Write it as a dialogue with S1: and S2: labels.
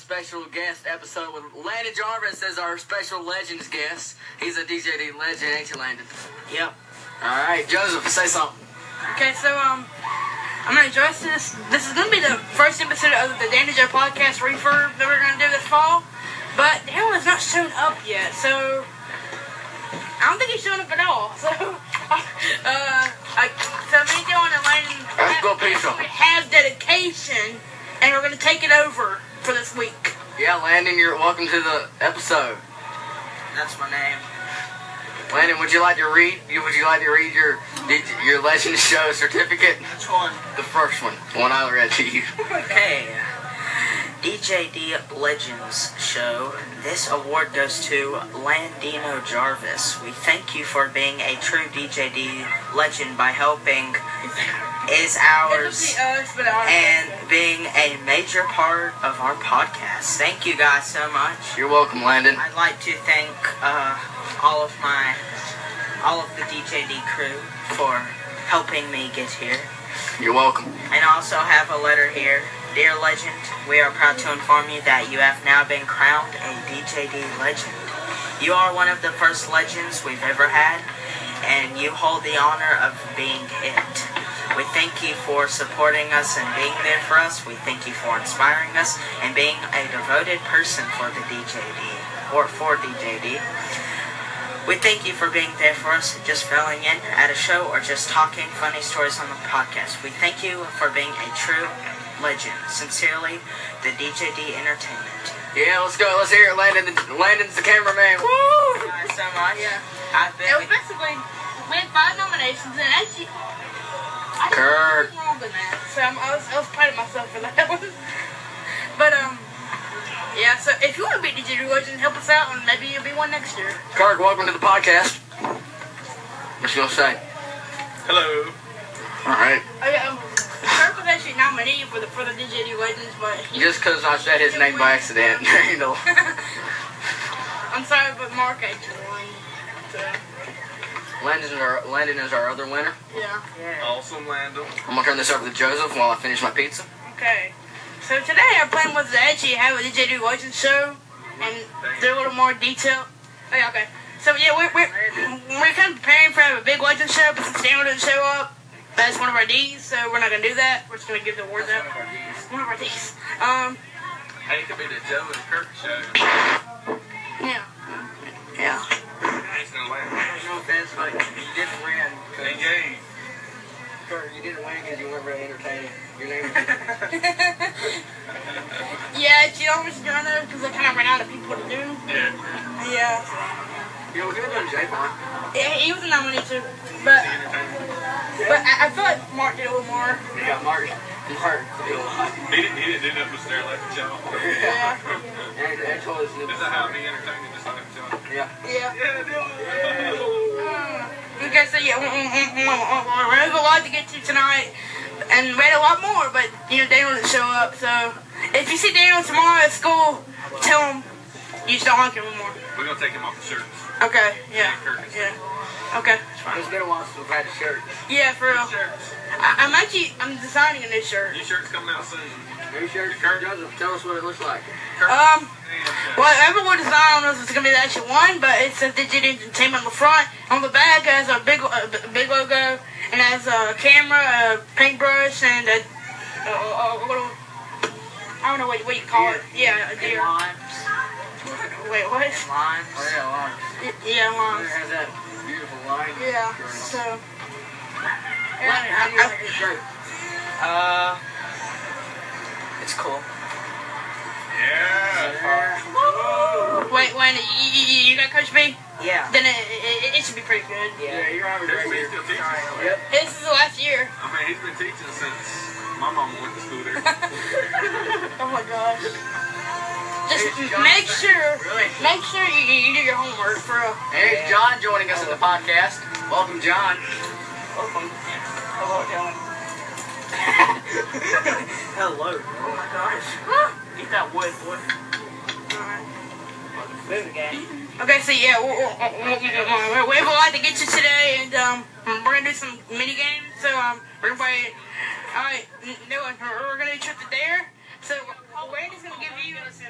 S1: special guest episode with Landon Jarvis as our special legends guest. He's a DJD legend, ain't you, Landon?
S2: Yep.
S1: All right, Joseph, say something.
S2: Okay, so um, I'm gonna address this. This is gonna be the first episode of the Danny Joe podcast refurb that we're gonna do this fall, but Dale has not shown up yet, so I don't think he's shown up at all. So, uh, I, so me, Dylan, and Landon
S1: Let's go pick him.
S2: have dedication, and we're gonna take it over for this week.
S1: Yeah, Landon, you're welcome to the episode.
S2: That's my name.
S1: Landon, would you like to read? you- Would you like to read your your Legends Show certificate?
S2: Which one?
S1: The first one, the one I read to you.
S2: Okay. DJD Legends Show. This award goes to Landino Jarvis. We thank you for being a true DJD legend by helping is ours and being a major part of our podcast. Thank you guys so much.
S1: You're welcome, Landon.
S2: I'd like to thank uh, all of my all of the DJD crew for helping me get here.
S1: You're welcome.
S2: And I also have a letter here. Dear Legend, we are proud to inform you that you have now been crowned a DJD Legend. You are one of the first legends we've ever had, and you hold the honor of being it. We thank you for supporting us and being there for us. We thank you for inspiring us and being a devoted person for the DJD, or for DJD. We thank you for being there for us, just filling in at a show or just talking funny stories on the podcast. We thank you for being a true legend. Sincerely, the DJD Entertainment.
S1: Yeah, let's go. Let's hear it, Landon. Landon's the cameraman. Woo!
S2: Thank you guys so much.
S3: Yeah.
S2: I've
S3: It was
S2: been.
S3: basically we had five nominations and actually I didn't
S1: Kirk.
S3: do anything wrong in that. So I'm, I was I was proud of myself for that one. But um yeah, so if you want to be DJ Religion, help us out and um, maybe you'll be one next year.
S1: Kirk, welcome to the podcast. What you gonna say?
S4: Hello.
S1: All right.
S3: Oh yeah, um, Kirk was actually nominated for the for the DJ Legends, but he,
S1: Just 'cause I said his name by accident, you know.
S3: I'm sorry, but Mark actually won. So
S1: Landon is our Landon is our other winner.
S3: yeah.
S4: Awesome, Landon.
S1: I'm gonna turn this over to Joseph while I finish my pizza.
S3: Okay. So today our plan was to actually have a DJ Do Watching show and do a little more detail. Okay, okay. So yeah, we're, we're, we're kind of preparing for a big watching show, but since Dan didn't show up, that's one of our D's, so we're not gonna do that. We're just gonna give the awards out. One of our D's. Um,
S4: Hey, it could be the Joe and Kirk show.
S3: yeah.
S1: Yeah.
S4: He's gonna land.
S1: No offense, but you didn't win.
S4: Hey, Gabe.
S1: Kirk, you didn't win because you weren't very entertaining. Your name.
S3: yeah, she always done it because I kind of ran out of people to do.
S4: Yeah.
S3: Yeah.
S1: you know, we could have done J-Pop.
S3: yeah he was a nominee too, but but I, I feel like Mark did a little more.
S1: We got Mark. Mark.
S4: He didn't, he didn't do nothing but stare like a Joe.
S3: Yeah.
S1: And I told us
S4: Is that how me entertaining just like a Joe?
S1: Yeah.
S3: Yeah.
S4: Yeah, Dylan.
S3: Okay, so yeah, mm, we- we- we- we- mm, we- we have a lot to get to tonight, and we had a lot more, but you know Daniel didn't show up. So if you see Daniel tomorrow at school, tell him you just don't like him anymore.
S4: We're gonna take him off the shirts.
S3: Okay, yeah, yeah, okay,
S1: It's been a while since we've had a shirt.
S3: yeah, for real.
S4: Shirts.
S3: I, I'm actually I'm designing a new shirt.
S4: New shirt's coming out soon.
S1: New shirt, Kirk Joseph. Tell us what it looks like.
S4: Kirk.
S3: Um,
S4: and, uh,
S3: well, everyone design on this is gonna be the actual one, but it says Digital Entertainment on the front. On the back it has a big a b- big logo, and has a camera, a paintbrush, and a, uh, a, a, a little. I don't know what, what you call it. Yeah, a deer.
S2: Limes.
S3: Wait, what?
S1: Oh
S2: Limes.
S1: yeah, line.
S3: Y- Yeah,
S1: It
S3: limes.
S1: has that beautiful line.
S3: Yeah, so.
S1: Landon, how do you like your shirt?
S2: Uh, it's cool.
S4: Yeah.
S3: I- Wait, when you, you, you got Coach B,
S2: Yeah.
S3: then it, it, it should be pretty good.
S1: Yeah, you're having a
S4: Kirk's
S1: great
S4: been
S1: year.
S4: still teaching. I
S1: Yep.
S3: This is the last year.
S4: mean, he's been teaching since my mama went to school there.
S3: Oh my gosh. Just
S1: It's
S3: m- make
S1: Johnson.
S3: sure,
S1: Really?
S3: make sure you, you do your homework for real.
S1: There's John joining us in the podcast. Welcome, John.
S2: Welcome. Hello, Dylan. Hello. Oh my gosh. Get that wood, boy. Move again.
S3: Okay, so yeah, we, we, we have a lot to get you today, and um, we're gonna do some mini games. So um, we're gonna play. All right, Dylan, we're we're gonna do truth or dare. So Wayne is gonna give you.